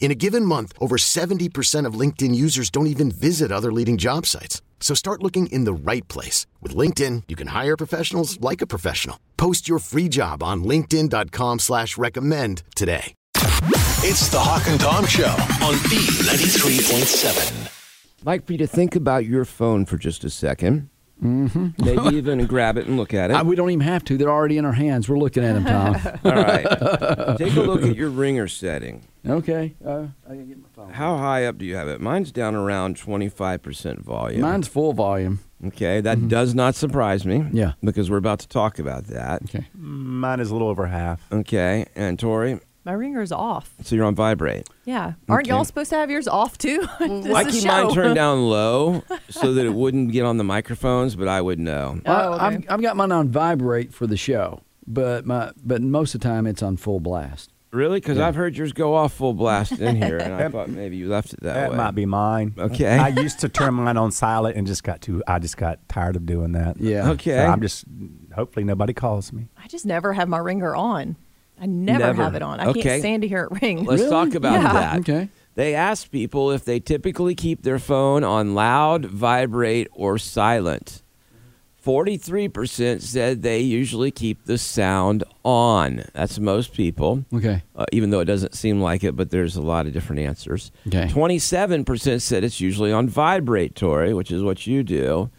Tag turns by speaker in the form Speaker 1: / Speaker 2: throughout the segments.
Speaker 1: In a given month, over 70% of LinkedIn users don't even visit other leading job sites. So start looking in the right place. With LinkedIn, you can hire professionals like a professional. Post your free job on linkedin.com slash recommend today.
Speaker 2: It's the Hawk and Tom Show on B93.7.
Speaker 3: like for you to think about your phone for just a 2nd Mm-hmm. Maybe even grab it and look at it.
Speaker 4: I, we don't even have to. They're already in our hands. We're looking at them, Tom.
Speaker 3: All right. Take a look at your ringer setting.
Speaker 4: okay. Uh, I can get my phone.
Speaker 3: How high up do you have it? Mine's down around 25% volume.
Speaker 4: Mine's full volume.
Speaker 3: okay, that does not surprise me.
Speaker 4: Mm-hmm. Yeah.
Speaker 3: Because we're about to talk about that.
Speaker 4: Okay.
Speaker 5: Mine is a little over half.
Speaker 3: Okay, and Tori,
Speaker 6: My ringer's off.
Speaker 3: so you're on vibrate.
Speaker 6: Yeah. Aren't
Speaker 3: Okay. Mm-hmm.
Speaker 6: y'all supposed to have yours off too? this
Speaker 3: I
Speaker 6: is
Speaker 3: keep
Speaker 6: show.
Speaker 3: mine turned down low so that it wouldn't get on the microphones, but I would know.
Speaker 6: Oh, okay.
Speaker 4: I've, I've got mine on vibrate for the show, but my but most of the time it's on full blast.
Speaker 3: Really? Because I've heard yours go off full blast in here, and I thought maybe you left it that,
Speaker 5: That
Speaker 3: way.
Speaker 5: might be mine.
Speaker 3: Okay.
Speaker 5: I used to turn mine on silent and just got too. I just got tired of doing that.
Speaker 4: Yeah.
Speaker 3: Okay.
Speaker 5: So I'm just. Hopefully nobody calls me.
Speaker 6: I just never have my ringer on. I never,
Speaker 3: Never.
Speaker 6: have it on. I
Speaker 3: Okay.
Speaker 6: can't stand to hear it ring.
Speaker 3: Let's talk about
Speaker 6: Yeah.
Speaker 3: that.
Speaker 4: Okay.
Speaker 3: They asked people if they typically keep their phone on loud, vibrate, or silent. 43% said they usually keep the sound on. That's most people,
Speaker 4: Okay.
Speaker 3: uh, even though it doesn't seem like it, but there's a lot of different answers.
Speaker 4: Okay.
Speaker 3: 27% said it's usually on vibrate, Tori, which is what you do.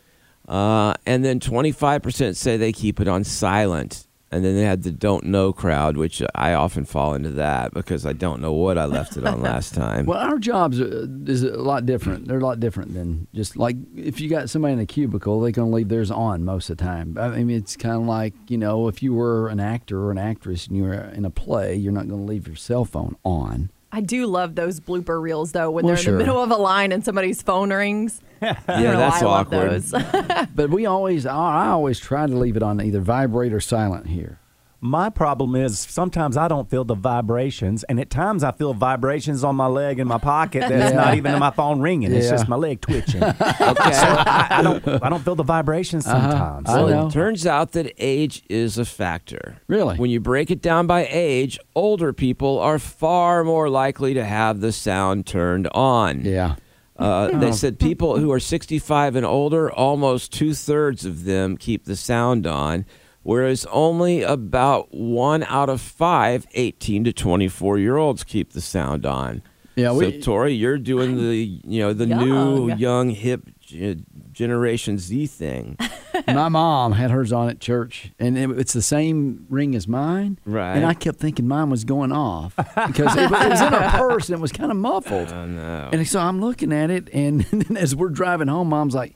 Speaker 3: Uh, and then 25% say they keep it on silent. And then they had the don't know crowd, which I often fall into that because I don't know what I left it on last time.
Speaker 4: Well, our jobs uh, is a lot different. They're a lot different than just like if you got somebody in a cubicle, they're going to leave theirs on most of the time. I mean, it's kind of like, you know, if you were an actor or an actress and you were in a play, you're not going to leave your cell phone on.
Speaker 6: I do love those blooper reels though when
Speaker 4: Well,
Speaker 6: they're
Speaker 4: sure.
Speaker 6: in the middle of a line and somebody's phone rings.
Speaker 3: yeah,
Speaker 6: You know,
Speaker 3: that's
Speaker 6: I love
Speaker 3: awkward.
Speaker 6: those.
Speaker 4: But we always, I I always try to leave it on either vibrate or silent here.
Speaker 5: My problem is sometimes I don't feel the vibrations, and at times I feel vibrations on my leg and my pocket that's
Speaker 4: Yeah.
Speaker 5: not even in my phone ringing. It's
Speaker 4: Yeah.
Speaker 5: just my leg twitching. okay. I, I don't. I don't feel the vibrations sometimes.
Speaker 4: I
Speaker 3: Well,
Speaker 4: know.
Speaker 3: it turns out that age is a factor.
Speaker 4: Really?
Speaker 3: When you break it down by age, older people are far more likely to have the sound turned on.
Speaker 4: Yeah.
Speaker 3: Uh,
Speaker 4: Hmm.
Speaker 3: they said people who are 65 and older, almost two thirds of them keep the sound on, whereas only about one out of five 18 to 24 year olds keep the sound on.
Speaker 4: Yeah,
Speaker 3: so
Speaker 4: we-
Speaker 3: Tori, you're doing the you know the new
Speaker 6: Young.
Speaker 3: young hip g- generation Z thing.
Speaker 4: My mom had hers on at church, and it, it's the same ring as mine.
Speaker 3: Right.
Speaker 4: And I kept thinking mine was going off because it, wa- it was in her purse and it was kind of muffled.
Speaker 3: Uh,
Speaker 4: I know. And so I'm looking at it, and then as we're driving home, mom's like,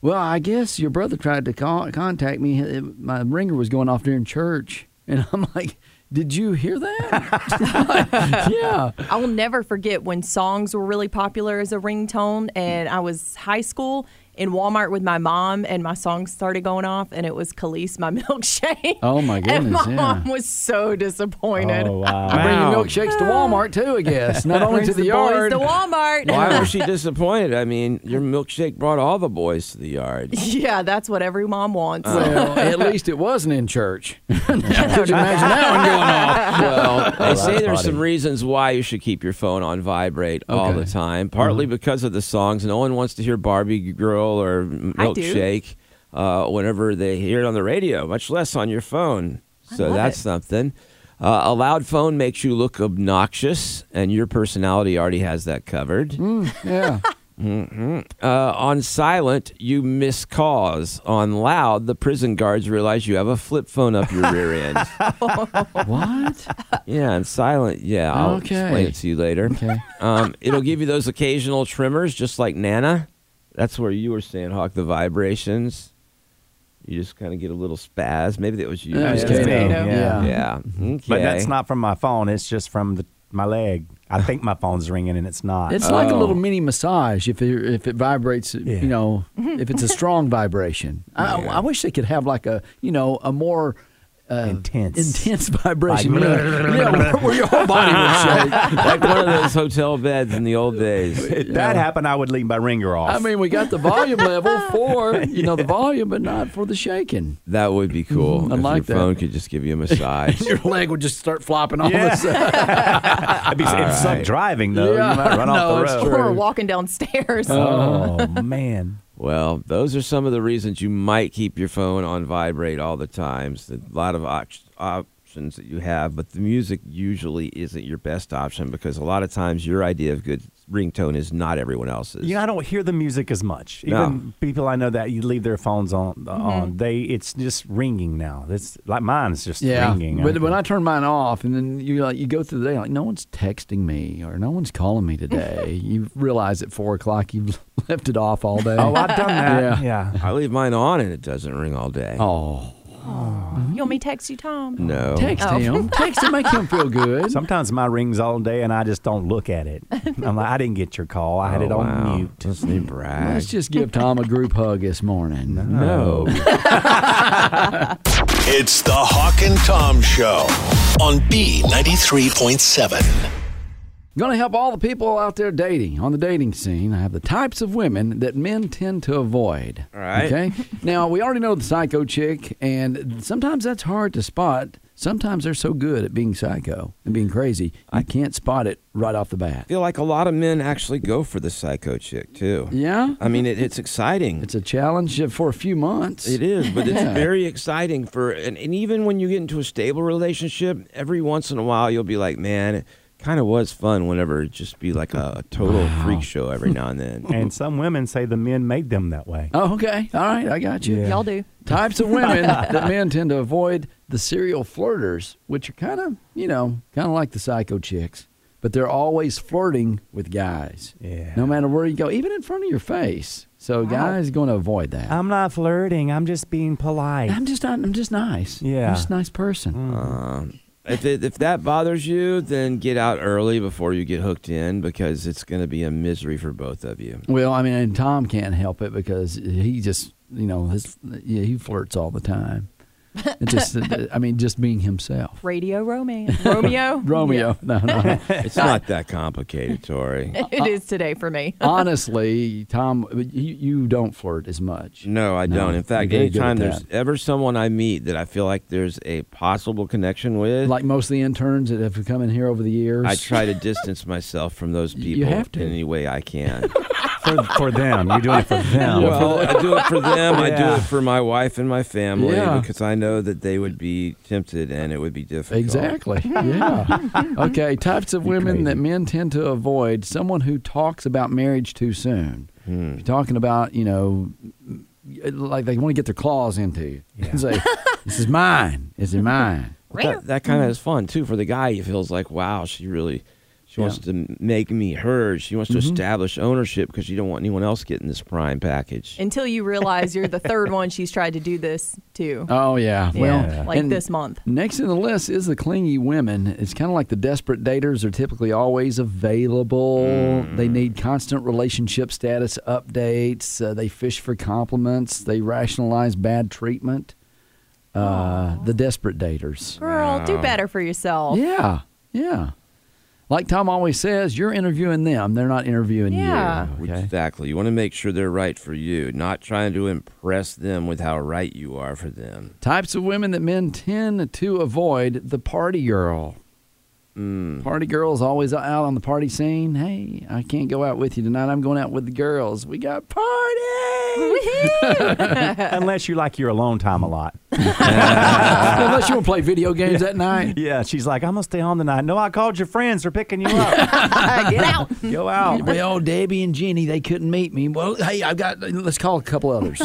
Speaker 4: "Well, I guess your brother tried to call, contact me. It- My ringer was going off during church." And I'm like, "Did you hear that?" yeah.
Speaker 6: I will never forget when songs were really popular as a ringtone, and I was high school in Walmart with my mom, and my song started going off, and it was Khalees, my milkshake.
Speaker 4: Oh, my
Speaker 6: And
Speaker 4: goodness,
Speaker 6: my
Speaker 4: yeah.
Speaker 6: mom was so disappointed.
Speaker 5: Oh wow.
Speaker 4: I'm bringing
Speaker 3: Wow.
Speaker 4: milkshakes to Walmart too, I guess. Not only
Speaker 6: Brings
Speaker 4: to the,
Speaker 6: boys
Speaker 4: yard.
Speaker 6: to Walmart.
Speaker 3: Why was she disappointed? I mean, your milkshake brought all the boys to the yard.
Speaker 6: yeah, that's what every mom wants.
Speaker 4: Well, at least it wasn't in church. Could you imagine that one going off?
Speaker 3: Well, they
Speaker 5: that's
Speaker 3: say there's
Speaker 5: funny.
Speaker 3: some reasons why you should keep your phone on vibrate all
Speaker 4: Okay.
Speaker 3: the time. Partly because of the songs. No one wants to hear Barbie Girl or
Speaker 6: Mm-hmm. I do.
Speaker 3: Milkshake uh, whenever they hear it on the radio, much less on your phone. So
Speaker 6: love
Speaker 3: that's
Speaker 6: it.
Speaker 3: something. Uh, a loud phone
Speaker 6: Mm.
Speaker 3: makes you look obnoxious, and your personality already has that covered.
Speaker 4: Yeah.
Speaker 3: Uh, on silent, you miss calls. On loud, the prison guards realize you have a flip phone up your rear end.
Speaker 4: What?
Speaker 3: Yeah, and silent. Yeah, I'll
Speaker 4: Okay.
Speaker 3: explain it to you later. Okay. Um, it'll give you those occasional tremors, just like Nana. That's where you were saying, Hawk, the vibrations. You just kind of get a little spaz. Maybe that was you.
Speaker 4: Yeah,
Speaker 5: It's
Speaker 4: okay.
Speaker 5: me,
Speaker 4: Yeah.
Speaker 5: yeah.
Speaker 3: Yeah. Okay.
Speaker 5: But that's not from my phone. It's just from the, my leg. I think my phone's ringing and it's not.
Speaker 4: It's like a
Speaker 3: Oh.
Speaker 4: little mini massage if it, if it vibrates, you know, if it's a strong vibration. I, I wish they could have like a, you know, a more
Speaker 5: Uh,
Speaker 4: uh,
Speaker 5: intense.
Speaker 4: intense vibration.
Speaker 5: Like-
Speaker 4: yeah, where, where your whole body would shake.
Speaker 3: like one of those hotel beds in the old days.
Speaker 5: If that happened, I would leave my ringer off.
Speaker 4: I mean, we got the volume level for, you know, the volume, but not for the shaking.
Speaker 3: That would be cool.
Speaker 4: I
Speaker 3: if
Speaker 4: like that.
Speaker 3: your phone could just give you a massage.
Speaker 4: Your leg would just start flopping all of
Speaker 5: Yeah.
Speaker 4: a sudden.
Speaker 5: I'd be saying, it's like driving though.
Speaker 4: Yeah,
Speaker 5: you might run
Speaker 4: no,
Speaker 5: off
Speaker 4: it's
Speaker 5: the road.
Speaker 6: Or walking downstairs.
Speaker 4: Uh-huh.
Speaker 5: Oh man.
Speaker 3: Well, those are some of the reasons you might keep your phone on vibrate all the times. A lot of op- options that you have, but the music usually isn't your best option because a lot of times your idea of good ringtone is not everyone else's.
Speaker 5: You know, I don't hear the music as much.
Speaker 3: No.
Speaker 5: Even people I know that you leave their phones on, uh,
Speaker 4: Mm-hmm.
Speaker 5: on they it's just ringing now. It's like mine's just
Speaker 4: Yeah,
Speaker 5: ringing.
Speaker 4: but when I turn mine off, and then you like you go through the day, like no one's texting me or no one's calling me today. you realize at four o'clock you've left it off all day.
Speaker 5: oh, I've done that. Yeah.
Speaker 3: I leave mine on and it doesn't ring all day.
Speaker 4: oh,
Speaker 6: You want me to text you, Tom?
Speaker 3: No.
Speaker 4: text
Speaker 6: Oh.
Speaker 4: him, text him, make him feel good.
Speaker 5: Sometimes my rings all day and I just don't look at it. I'm like, I didn't get your call. I had
Speaker 3: Oh,
Speaker 5: it on
Speaker 3: wow.
Speaker 5: mute.
Speaker 3: Doesn't even brag.
Speaker 4: Let's just give Tom a group hug this morning.
Speaker 3: no.
Speaker 2: It's the Hawk and Tom Show on B93.7.
Speaker 4: Going to help all the people out there dating on the dating scene. I have the types of women that men tend to avoid.
Speaker 3: All right.
Speaker 4: Okay. now we already know the psycho chick, and sometimes that's hard to spot. Sometimes they're so good at being psycho and being crazy, I can't spot it right off the bat.
Speaker 3: I feel like a lot of men actually go for the psycho chick, too.
Speaker 4: Yeah.
Speaker 3: I mean, it, it's exciting.
Speaker 4: It's a challenge for a few months.
Speaker 3: It is, but
Speaker 4: Yeah.
Speaker 3: it's very exciting for, and, and even when you get into a stable relationship, every once in a while you'll be like, man, it kind of was fun whenever it just be like a, total freak show every now and then.
Speaker 5: And some women say the men made them that way.
Speaker 4: Oh, okay. All right. I got you.
Speaker 6: Y'all do.
Speaker 4: Types of women that men tend to avoid the serial flirters, which are kind of, you know, kind of like the psycho chicks, but they're always flirting with guys.
Speaker 5: Yeah.
Speaker 4: No matter where you go, even in front of your face. So guys going to avoid that.
Speaker 5: I'm not flirting. I'm just being polite.
Speaker 4: I'm just not. I'm just nice.
Speaker 5: Yeah. Mm.
Speaker 4: I'm just a nice person.
Speaker 3: Um, if, it, if that bothers you, then get out early before you get hooked in because it's going to be a misery for both of you.
Speaker 4: Well, I mean, and Tom can't help it because he just, you know, his yeah, he flirts all the time. It just, I mean, just being himself.
Speaker 6: Radio romance. Romeo.
Speaker 4: Romeo. No, no, no.
Speaker 3: It's not that complicated, Tori.
Speaker 6: It is today for me.
Speaker 4: honestly, Tom, you, you don't flirt as much.
Speaker 3: No, I
Speaker 4: No,
Speaker 3: don't. In fact,
Speaker 4: you're very good at
Speaker 3: anytime there's
Speaker 4: that.
Speaker 3: ever someone I meet that I feel like there's a possible connection with,
Speaker 4: Like most of the interns that have come in here over the years.
Speaker 3: I try to distance myself from those
Speaker 4: You
Speaker 3: people
Speaker 4: have to.
Speaker 3: in any way I can.
Speaker 5: for, for them. You're doing it for them.
Speaker 3: Well, I do it for them. I do
Speaker 5: Yeah.
Speaker 3: it for my wife and my family
Speaker 4: Yeah.
Speaker 3: because I know that they would be tempted and it would be difficult.
Speaker 4: Exactly. Yeah. okay. Types of women that men tend to avoid: someone who talks about marriage too soon.
Speaker 3: Hmm.
Speaker 4: If you're talking about, you know, like they want to get their claws into you. It's like, this is mine. Is it mine?
Speaker 3: That, that kind of is fun too for the guy. He feels like, wow, she really, she wants to make me hers. She wants to
Speaker 4: Mm-hmm.
Speaker 3: establish ownership because you don't want anyone else getting this prime package.
Speaker 6: Until you realize you're the third one she's tried to do this to.
Speaker 4: Oh yeah.
Speaker 6: Yeah,
Speaker 4: Well,
Speaker 6: like
Speaker 4: and-
Speaker 6: this month.
Speaker 4: Next in the list is the clingy women. It's kind of like the desperate daters are typically always available. They need constant relationship status updates. Uh, they fish for compliments. They rationalize bad treatment. Uh, the desperate daters.
Speaker 6: Girl, do better for yourself.
Speaker 4: Yeah, yeah. Like Tom always says, you're interviewing them. They're not interviewing
Speaker 6: Yeah.
Speaker 4: you. Okay.
Speaker 3: Exactly. You want to make sure they're right for you, not trying to impress them with how right you are for them.
Speaker 4: Types of women that men tend to avoid the party girl. Party girl's always out on the party scene. Hey, I can't go out with you tonight. I'm going out with the girls. We got party.
Speaker 5: Unless you like you're alone time a lot.
Speaker 4: Unless you want to play video games that night.
Speaker 5: Yeah, she's like, I'm gonna stay home tonight. No, I called your friends. They're picking you up.
Speaker 6: Get out.
Speaker 5: Go out.
Speaker 4: Well, oh, Debbie and Jenny, they couldn't meet me. Well, hey, I've got, let's call a couple others.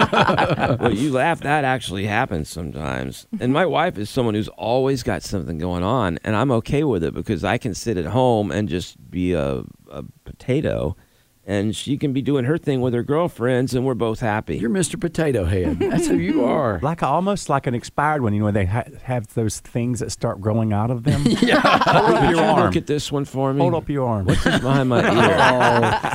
Speaker 3: well, you laugh. That actually happens sometimes. And my wife is someone who's always got something going on, and I'm okay with it because I can sit at home and just be a, a potato, and she can be doing her thing with her girlfriends, and we're both happy.
Speaker 4: You're Mr. Potato Head. That's who you are.
Speaker 5: Like a, almost like an expired one, you know, when they ha- have those things that start growing out of them. Hold up
Speaker 3: Could
Speaker 5: your
Speaker 3: you
Speaker 5: arm.
Speaker 3: look at this one for me.
Speaker 5: Hold up your arm.
Speaker 3: behind my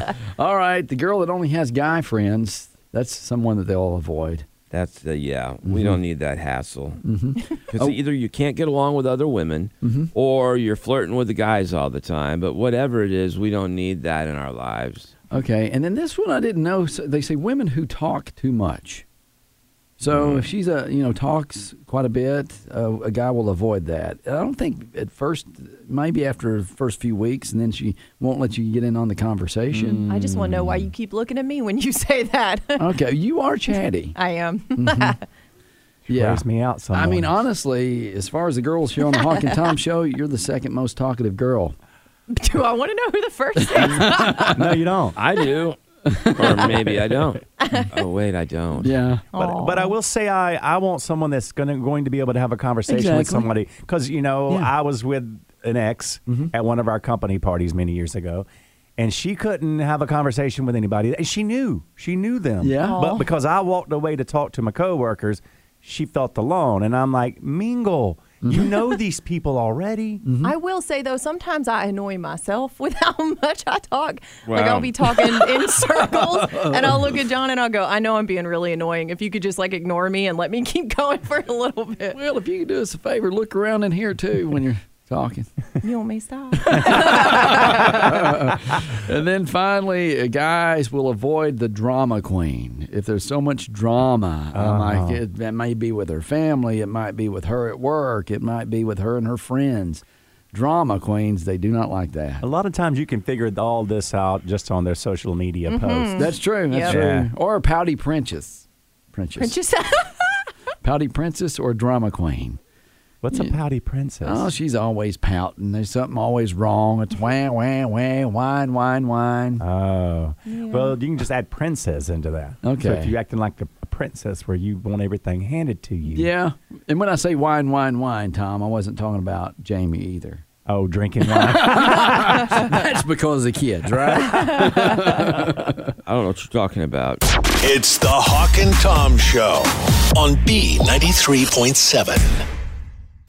Speaker 3: ear.
Speaker 4: Oh. All right, the girl that only has guy friends, that's someone that they'll avoid.
Speaker 3: That's the yeah. We don't need that hassle because
Speaker 5: Mm-hmm. Oh.
Speaker 3: either you can't get along with other women, or you're flirting with the guys all the time. But whatever it is, we don't need that in our lives.
Speaker 4: Okay, and then this one I didn't know. So they say women who talk too much.
Speaker 5: Mm-hmm.
Speaker 4: So if she's a you know talks quite a bit, uh, a guy will avoid that. And I don't think at first, maybe after the first few weeks, and then she won't let you get in on the conversation.
Speaker 6: I just want to know
Speaker 4: Mm.
Speaker 6: why you keep looking at me when you say that.
Speaker 5: Mm.
Speaker 4: Okay, you are chatty.
Speaker 6: I am.
Speaker 4: yeah.
Speaker 5: Wears me out. Some
Speaker 4: I mean,
Speaker 5: mornings.
Speaker 4: honestly, as far as the girls here on the Hawk and Tom show, you're the second most talkative girl.
Speaker 6: Do I want to know who the first is?
Speaker 5: no, you don't.
Speaker 3: I do, or maybe I don't. Oh wait, I don't.
Speaker 4: Yeah.
Speaker 5: But, but I will say I, I want someone that's gonna, going to be able to have a conversation with
Speaker 4: Exactly.
Speaker 5: somebody because you know
Speaker 4: Yeah. Mm-hmm.
Speaker 5: I was with an ex at one of our company parties many years ago, and she couldn't have a conversation with anybody. And she knew she knew them.
Speaker 4: Yeah.
Speaker 5: But
Speaker 6: Aw.
Speaker 5: because I walked away to talk to my coworkers, she felt alone, and I'm like, mingle.
Speaker 4: Mm-hmm.
Speaker 5: You know these people already.
Speaker 4: Mm.
Speaker 6: I will say though, sometimes I annoy myself with how much I talk. Like
Speaker 3: Wow.
Speaker 6: I'll be talking in circles, and I'll look at John and I'll go, "I know I'm being really annoying. If you could just like ignore me and let me keep going for a little bit,
Speaker 4: Well, if you could do us a favor, look around in here too when you're talking.
Speaker 6: you want me to stop."
Speaker 4: And then finally, uh, guys will avoid the drama queen. If there's so much drama, I'm like, it, that may be with her family, it might be with her at work, it might be with her and her friends. Drama queens, they do not like that.
Speaker 5: A lot of times you can figure all this out just on their social media posts.
Speaker 4: That's true. That's true.
Speaker 6: Yep.
Speaker 5: Yeah.
Speaker 4: Or pouty princess. Princess.
Speaker 6: just
Speaker 4: Pouty princess or drama queen.
Speaker 5: What's a pouty princess?
Speaker 4: Oh, she's always pouting. There's something always wrong. It's wah, wah, wah, whine, whine, whine.
Speaker 5: Oh. Well, you can just add princess into that. So if
Speaker 4: Okay.
Speaker 5: you're acting like a a princess where you want everything handed to you.
Speaker 4: Yeah. And when I say wine, wine, wine, Tom, I wasn't talking about Jamie either.
Speaker 5: Oh, drinking wine.
Speaker 4: That's because of the kids, right?
Speaker 3: I don't know what you're talking about.
Speaker 2: It's the Hawk and Tom Show on B93.7.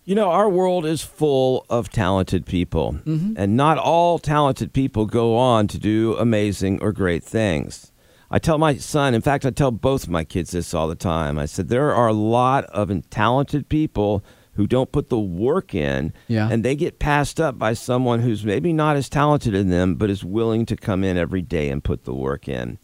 Speaker 3: You know, our world is full of talented people,
Speaker 4: Mm-hmm.
Speaker 3: and not all talented people go on to do amazing or great things. I tell my son, in fact, I tell both my kids this all the time. I said, there are a lot of talented people who don't put the work in,
Speaker 4: Yeah.
Speaker 3: and they get passed up by someone who's maybe not as talented in them, but is willing to come in every day and put the work in.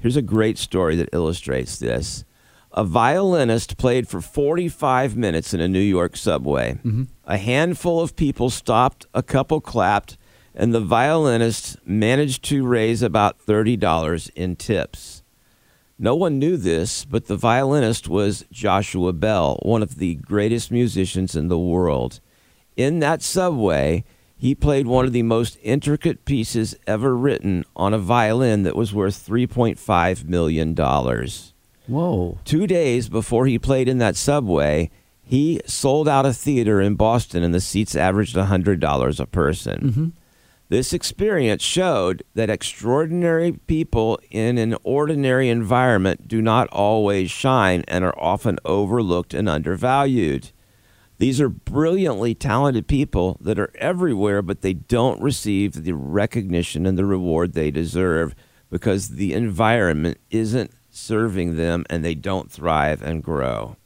Speaker 3: Here's a great story that illustrates this. A violinist played for 45 minutes in a New York subway. A handful of people stopped, a couple clapped, and the violinist managed to raise about $30 in tips. No one knew this, but the violinist was Joshua Bell, one of the greatest musicians in the world. In that subway, he played one of the most intricate pieces ever written on a violin that was worth $3.5 million.
Speaker 4: Whoa.
Speaker 3: Two days before he played in that subway, he sold out a theater in Boston and the seats averaged $100 a person. This experience showed that extraordinary people in an ordinary environment do not always shine and are often overlooked and undervalued. These are brilliantly talented people that are everywhere, but they don't receive the recognition and the reward they deserve because the environment isn't serving them and they don't thrive and grow.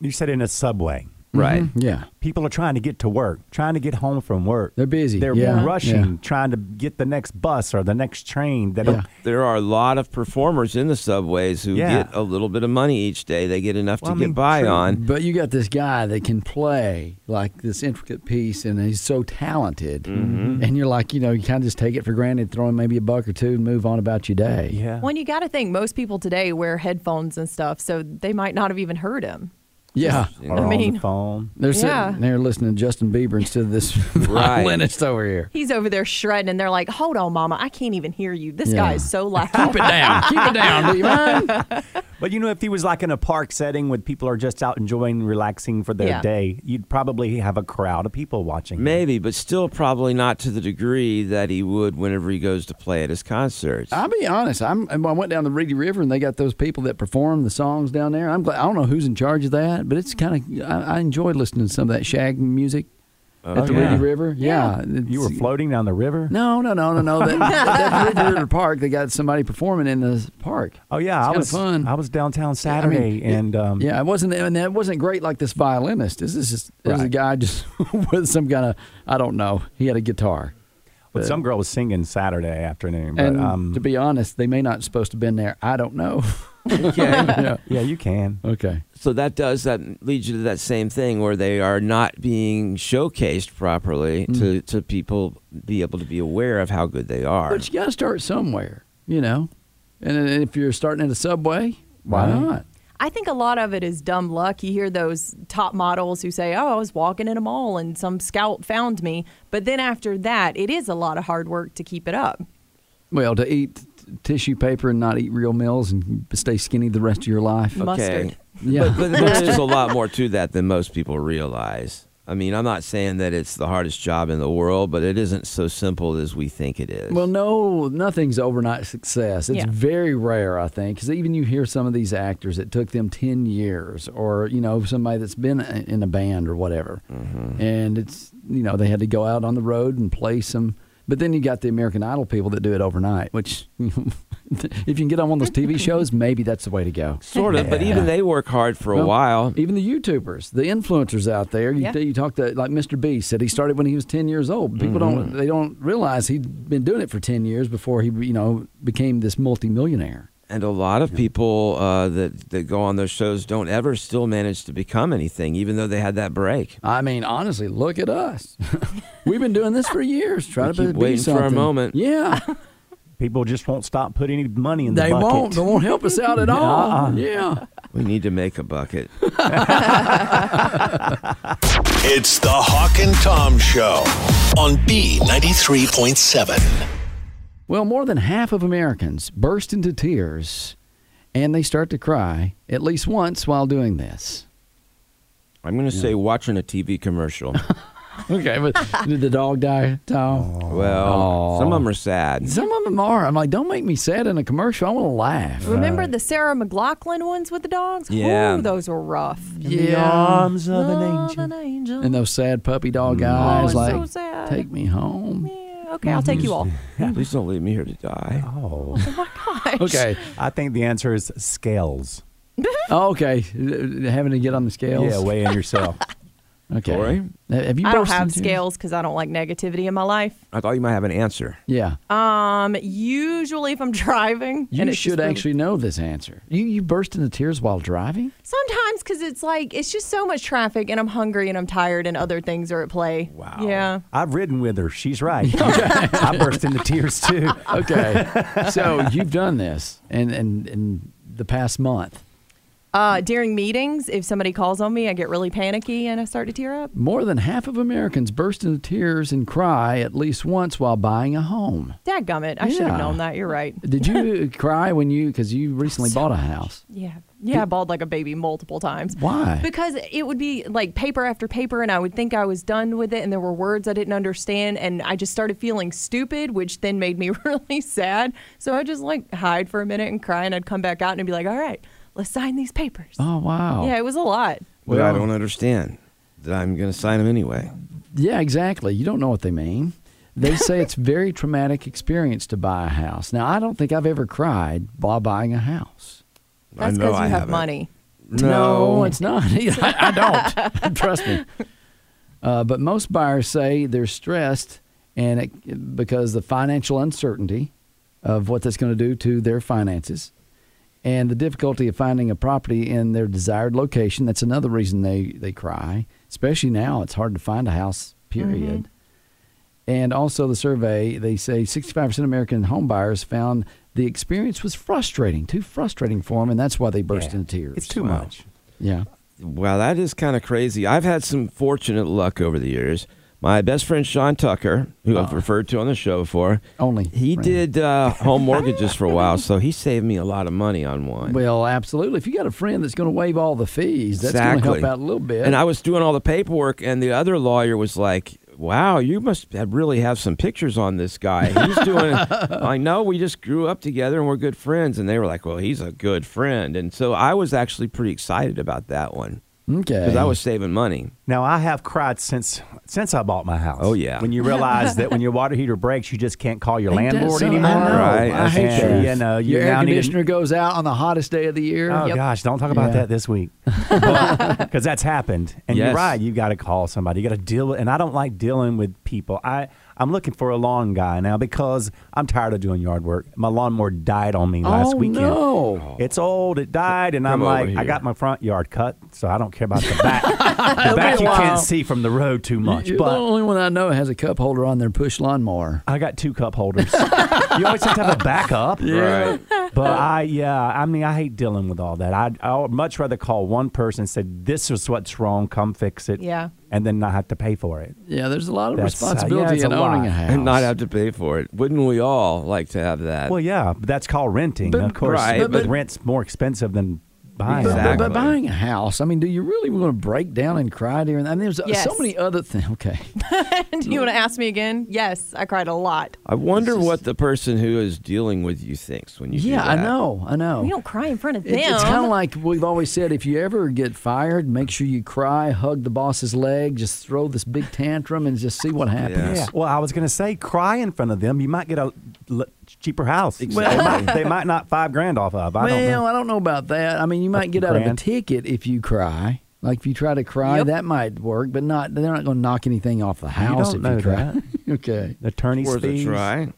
Speaker 5: you said in a subway.
Speaker 3: Right.
Speaker 4: Yeah.
Speaker 5: People are trying to get to work, trying to get home from work.
Speaker 4: They're busy.
Speaker 5: They're
Speaker 4: Yeah.
Speaker 5: rushing,
Speaker 4: Yeah.
Speaker 5: trying to get the next bus or the next train. That
Speaker 4: Yeah.
Speaker 3: There are a lot of performers in the subways who
Speaker 5: Yeah.
Speaker 3: get a little bit of money each day. They get enough
Speaker 5: Well,
Speaker 3: to
Speaker 5: I
Speaker 3: get
Speaker 5: mean,
Speaker 3: by
Speaker 5: true.
Speaker 3: on.
Speaker 4: But you got this guy that can play like this intricate piece, and he's so talented. And you're like, you know, you kind of just take it for granted, throw him maybe a buck or two, and move on about your day.
Speaker 5: yeah.
Speaker 6: Well, and you got to think most people today wear headphones and stuff, so they might not have even heard him.
Speaker 4: yeah.
Speaker 5: Or
Speaker 6: I
Speaker 5: on
Speaker 6: mean-
Speaker 5: the phone.
Speaker 4: They're sitting
Speaker 6: Yeah.
Speaker 4: there listening to Justin Bieber instead of this violinist over here.
Speaker 6: He's over there shredding, and they're like, "Hold on, Mama, I can't even hear you. This
Speaker 4: Yeah.
Speaker 6: guy is so loud."
Speaker 4: Keep it down. Keep it down. Do you mind?
Speaker 5: But you know, if he was like in a park setting where people are just out enjoying, relaxing for their
Speaker 6: Yeah.
Speaker 5: day, you'd probably have a crowd of people watching. him.
Speaker 3: Maybe, but still probably not to the degree that he would whenever he goes to play at his concerts.
Speaker 5: Ah,
Speaker 4: I'll be honest. I'm. I went down the Reedy River, and they got those people that perform the songs down there. I'm glad. I don't know who's in charge of that, but it's kind of. I, I enjoy listening to some of that shag music at the
Speaker 3: Oh, yeah.
Speaker 4: Reedy River. Yeah,
Speaker 5: Oh, You were
Speaker 4: it's-
Speaker 5: floating down the river?
Speaker 4: No, no, no, no, no. That, that Reedy River Park. They got somebody performing in the park.
Speaker 5: Oh yeah,
Speaker 4: It's
Speaker 5: I
Speaker 4: kinda
Speaker 5: was
Speaker 4: fun.
Speaker 5: I was downtown
Speaker 4: Yeah, I mean,
Speaker 5: Saturday and
Speaker 4: it-
Speaker 5: um,
Speaker 4: yeah, it wasn't, and that wasn't great. Like this violinist, this is just, it was a guy just with some kind of, I don't know. He had a guitar,
Speaker 5: but some girl was singing Saturday afternoon. But
Speaker 4: and
Speaker 5: um,
Speaker 4: to be honest, they may not supposed to been there. I don't know. yeah.
Speaker 5: yeah, you can.
Speaker 4: Okay.
Speaker 3: so that does that leads you to that same thing where they are not being showcased properly to, to people be able to be aware of how good they are.
Speaker 4: But you got to start somewhere, you know. And, and if you're starting at a subway, why
Speaker 5: Right.
Speaker 4: not?
Speaker 6: I think a lot of it is dumb luck. You hear those top models who say, "Oh, I was walking in a mall and some scout found me," but then after that, it is a lot of hard work to keep it up.
Speaker 4: Well, to eat t- tissue paper and not eat real meals and stay skinny the rest of your life.
Speaker 6: Mustard.
Speaker 4: Yeah.
Speaker 3: But, but there is a lot more to that than most people realize. I mean, I'm not saying that it's the hardest job in the world, but it isn't so simple as we think it is.
Speaker 4: Well, no, nothing's overnight success. It's
Speaker 6: Yeah.
Speaker 4: very rare, I think, because even you hear some of these actors, it took them 10 years, or, you know, somebody that's been i- in a band or whatever. And it's, you know, they had to go out on the road and play some. But then you got the American Idol people that do it overnight, which, if you can get on one of those TV shows, maybe that's the way to go.
Speaker 3: sort of, but even they work hard for a
Speaker 4: Well,
Speaker 3: while.
Speaker 4: Even the YouTubers, the influencers out there, you,
Speaker 6: Yeah.
Speaker 4: you talk to like Mr. B said he started when he was ten years old. People don't
Speaker 3: Mm-hmm.
Speaker 4: they don't realize he'd been doing it for ten years before he you know became this multimillionaire.
Speaker 3: And a lot of people uh, that, that go on those shows don't ever still manage to become anything, even though they had that break.
Speaker 4: I mean, honestly, look at us. We've been doing this for years, trying
Speaker 3: We
Speaker 4: to be-
Speaker 3: keep
Speaker 4: be
Speaker 3: waiting for our
Speaker 4: something.
Speaker 3: moment.
Speaker 4: Yeah,
Speaker 5: People just won't stop putting any money in the
Speaker 4: they
Speaker 5: bucket.
Speaker 4: won't. They won't help us out at all. Yeah.
Speaker 3: We need to make a bucket.
Speaker 2: It's the Hawk and Tom Show on B93.7.
Speaker 4: Well, more than half of Americans burst into tears, and they start to cry at least once while doing this.
Speaker 3: I'm going to say watching a TV commercial.
Speaker 4: Okay, but did the dog die,
Speaker 3: Oh,
Speaker 4: Tom?
Speaker 3: well, some of them are sad.
Speaker 4: Some of them are. I'm like, don't make me sad in a commercial. I want to laugh.
Speaker 6: Remember the Sarah McLaughlin ones with the dogs?
Speaker 3: Yeah.
Speaker 6: Ooh, those were rough.
Speaker 5: The arms of an
Speaker 6: Love
Speaker 5: angel.
Speaker 6: an angel.
Speaker 4: And those sad puppy dog
Speaker 6: oh,
Speaker 4: eyes,
Speaker 6: it's
Speaker 4: like,
Speaker 6: so sad.
Speaker 4: take me home.
Speaker 6: Yeah, okay, I'll take you all.
Speaker 3: Please don't leave me here to die.
Speaker 5: Oh,
Speaker 4: Okay,
Speaker 5: I think the answer is scales.
Speaker 4: Oh, okay, having to get on the scales.
Speaker 5: Yeah, weighing yourself.
Speaker 4: okay.
Speaker 3: Corey?
Speaker 4: Have you?
Speaker 6: I don't
Speaker 4: burst
Speaker 6: have
Speaker 4: into-
Speaker 6: scales because I don't like negativity in my life.
Speaker 3: I thought you might have an answer.
Speaker 4: Yeah,
Speaker 6: Um, usually if I'm driving,
Speaker 4: you
Speaker 6: and it's just
Speaker 4: should
Speaker 6: really-
Speaker 4: actually know this answer. You you burst into tears while driving.
Speaker 6: Sometimes because it's like it's just so much traffic, and I'm hungry and I'm tired, and other things are at play. Wow.
Speaker 4: Uh-huh.
Speaker 6: Yeah.
Speaker 5: I've ridden with her. She's right. I burst into tears too.
Speaker 6: Uh.
Speaker 4: Okay, so you've done this, and and in the past month,
Speaker 6: Uh, during meetings, if somebody calls on me, I get really panicky and I start to tear up.
Speaker 4: more than half of Americans burst into tears and cry at least once while buying a home.
Speaker 6: Dadgummit, I should
Speaker 4: Yeah.
Speaker 6: have known that. You're right.
Speaker 4: Did you cry when you because you recently bought a house?
Speaker 6: Yeah. Yeah, I bawled like a baby multiple times.
Speaker 4: Why?
Speaker 6: Because it would be like paper after paper, and I would think I was done with it, and there were words I didn't understand, and I just started feeling stupid, which then made me really sad. So I just like hide for a minute and cry, and I'd come back out and be like, all right, let's sign these papers.
Speaker 4: Oh wow!
Speaker 6: Yeah, it was a lot.
Speaker 3: But I
Speaker 4: Well-
Speaker 3: don't understand that I'm going to sign them anyway.
Speaker 4: Yeah, exactly. You don't know what they mean. They say it's very traumatic experience to buy a house. Now I don't think I've ever cried while buying a house.
Speaker 3: I
Speaker 6: That's
Speaker 3: know
Speaker 6: because you
Speaker 3: I
Speaker 6: have
Speaker 3: haven't.
Speaker 6: money.
Speaker 4: No, it's not. I, I don't. Trust me. Uh, but most buyers say they're stressed, and it, because the financial uncertainty of what that's going to do to their finances, and the difficulty of finding a property in their desired location. That's another reason they they cry. Especially now, it's hard to find a house. Period.
Speaker 5: Mm-hmm.
Speaker 4: And also the survey, they say 65% of American home buyers found the experience was frustrating, too frustrating for them, and that's why they burst
Speaker 5: Yeah.
Speaker 4: into tears.
Speaker 5: It's too
Speaker 3: Wow.
Speaker 5: much.
Speaker 4: Yeah.
Speaker 3: Wow, that is kind of crazy. I've had some fortunate luck over the years. My best friend Sean Tucker, who I've referred to on the show before,
Speaker 4: Ah. Only
Speaker 3: he
Speaker 4: friend.
Speaker 3: did uh, home mortgages for a while, so he saved me a lot of money on one.
Speaker 4: Well, absolutely. If you got a friend that's going to waive all the fees, that's going to help out a little bit.
Speaker 3: And I was doing all the paperwork, and the other lawyer was like, "Wow, you must have really have some pictures on this guy. He's doing." I know we just grew up together and we're good friends, and they were like, "Well, he's a good friend," and so I was actually pretty excited about that one
Speaker 4: okay.
Speaker 3: because I was saving money.
Speaker 5: Now I have cried since since I bought my house.
Speaker 3: Oh, yeah.
Speaker 5: When you realize that when your water heater breaks, you just can't call your
Speaker 4: Ain't that
Speaker 5: landlord
Speaker 4: something?
Speaker 5: anymore.
Speaker 4: I know.
Speaker 3: Right, I hate
Speaker 5: And,
Speaker 3: that.
Speaker 5: You know, you
Speaker 4: your air
Speaker 5: now need a-
Speaker 4: conditioner goes out on the hottest day of the year.
Speaker 5: Oh
Speaker 6: Yep.
Speaker 5: gosh, don't talk about
Speaker 4: Yeah.
Speaker 5: that this week because that's happened. And you're
Speaker 3: Yes.
Speaker 5: right, you got to call somebody. You got to deal, with, and I don't like dealing with people. I I'm looking for a lawn guy now because I'm tired of doing yard work. My lawnmower died on me last
Speaker 4: oh,
Speaker 5: weekend.
Speaker 4: no.
Speaker 5: It's old, it died, and I'm
Speaker 3: Come over
Speaker 5: like, I
Speaker 3: here.
Speaker 5: got my front yard cut, so I don't care about the back. the back you
Speaker 4: Wow.
Speaker 5: can't see from the road too much,
Speaker 4: You're the
Speaker 5: but.
Speaker 4: only one I know has a cup holder on their push lawnmower.
Speaker 5: I got two cup holders. you always have to have a backup.
Speaker 3: Right.
Speaker 5: But I, yeah, I mean, I hate dealing with all that. I'd, I would much rather call one person and say, this is what's wrong, come fix it.
Speaker 6: Yeah.
Speaker 5: And then not have to pay for it.
Speaker 4: Yeah, there's a lot of
Speaker 5: That's, uh, yeah,
Speaker 4: responsibility
Speaker 5: it's
Speaker 4: in
Speaker 5: a
Speaker 4: owning
Speaker 5: lot.
Speaker 4: a house.
Speaker 3: and not have to pay for it. Wouldn't we all like to have that?
Speaker 5: Well, yeah, but that's called renting.
Speaker 4: But-
Speaker 5: of course,
Speaker 3: Right,
Speaker 5: but,
Speaker 3: but-
Speaker 5: rent's more expensive than buying.
Speaker 4: But- but,
Speaker 3: Exactly.
Speaker 4: but buying a house, I mean, do you really want to break down and cry during that? I mean, there's uh,
Speaker 6: Yes.
Speaker 4: so many other things. Okay.
Speaker 6: Do you want to ask me again? Yes, I cried a lot.
Speaker 3: I wonder what the person who is dealing with you thinks when you do
Speaker 4: Yeah, I
Speaker 3: that.
Speaker 4: know. I
Speaker 3: Oh.
Speaker 4: know.
Speaker 6: You don't cry in front of them.
Speaker 4: It- It's kind of like we've always said: if you ever get fired, make sure you cry, hug the boss's leg, just throw this big tantrum, and just see what happens.
Speaker 5: Yeah. Well, I was going to say, cry in front of them. You might get a l- cheaper house.
Speaker 3: Exactly.
Speaker 5: They, might, they might not five grand off of. I
Speaker 4: well,
Speaker 5: don't know.
Speaker 4: I don't know about that. I mean, you might get out of a
Speaker 5: grand.
Speaker 4: ticket if you cry. Like if you try to cry,
Speaker 6: Yep.
Speaker 4: that might work, but not. They're not going to knock anything off the house
Speaker 5: don't
Speaker 4: if
Speaker 5: know
Speaker 4: you cry. okay.
Speaker 5: Attorney's
Speaker 3: Worth
Speaker 5: fees.
Speaker 3: a try.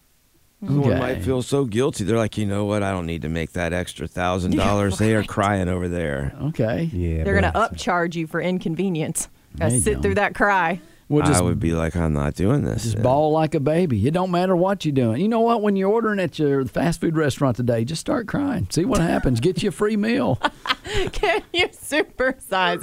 Speaker 3: Someone
Speaker 4: Okay.
Speaker 3: might feel so guilty. They're like, you know what? I don't need to make that extra thousand dollars. They are crying over there.
Speaker 4: Okay.
Speaker 5: Yeah.
Speaker 6: They're going to
Speaker 5: but-
Speaker 6: upcharge you for inconvenience.
Speaker 4: There
Speaker 6: Gotta
Speaker 4: you
Speaker 6: sit
Speaker 4: go.
Speaker 6: through that cry.
Speaker 4: We'll
Speaker 3: I
Speaker 4: just
Speaker 3: would be like, I'm not doing this.
Speaker 4: Just
Speaker 3: then.
Speaker 4: ball like a baby. It don't matter what you're doing. You know what? When you're ordering at your fast food restaurant today, just start crying. See what happens. Get you a free meal.
Speaker 6: Can you supersize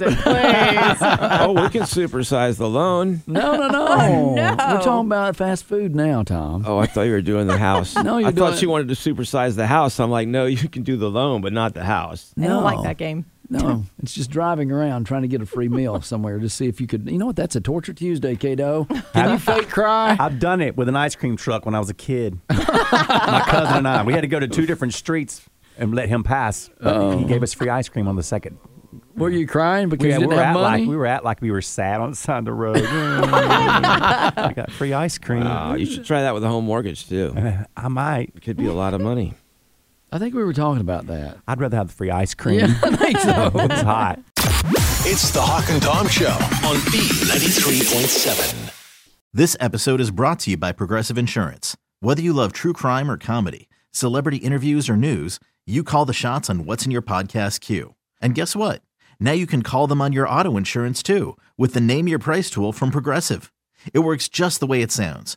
Speaker 6: it, please?
Speaker 3: oh, we can supersize the loan.
Speaker 4: No, no, no. We're talking about fast food now, Tom.
Speaker 3: Oh, I thought you were doing the house.
Speaker 4: No, you're
Speaker 3: I thought
Speaker 4: doing-
Speaker 3: she wanted to supersize the house. I'm like, no, you can do the loan, but not the house.
Speaker 6: I don't
Speaker 4: No.
Speaker 6: like that game.
Speaker 4: No, it's just driving around trying to get a free meal somewhere to see if you could. You know what? That's a torture Tuesday, Kato. Can you fake cry?
Speaker 5: I've done it with an ice cream truck when I was a kid. My cousin and I, we had to go to two different streets and let him pass. But He gave us free ice cream on the second.
Speaker 4: Were you crying because
Speaker 5: Yeah,
Speaker 4: Oh. you
Speaker 5: we
Speaker 4: didn't
Speaker 5: were,
Speaker 4: have
Speaker 5: at
Speaker 4: money?
Speaker 5: like, we were at like we were sad on the side of the road. I got free ice cream.
Speaker 4: Ah.
Speaker 3: Uh, you should try that with a home mortgage too.
Speaker 5: I might.
Speaker 3: It could be a lot of money.
Speaker 4: I think we were talking about that.
Speaker 5: I'd rather have the free ice cream.
Speaker 4: Yeah, I think so.
Speaker 5: it's hot.
Speaker 2: It's the Hawk and Tom Show on B93.7.
Speaker 7: This episode is brought to you by Progressive Insurance. Whether you love true crime or comedy, celebrity interviews or news, you call the shots on what's in your podcast queue. And guess what? Now you can call them on your auto insurance too with the Name Your Price tool from Progressive. It works just the way it sounds.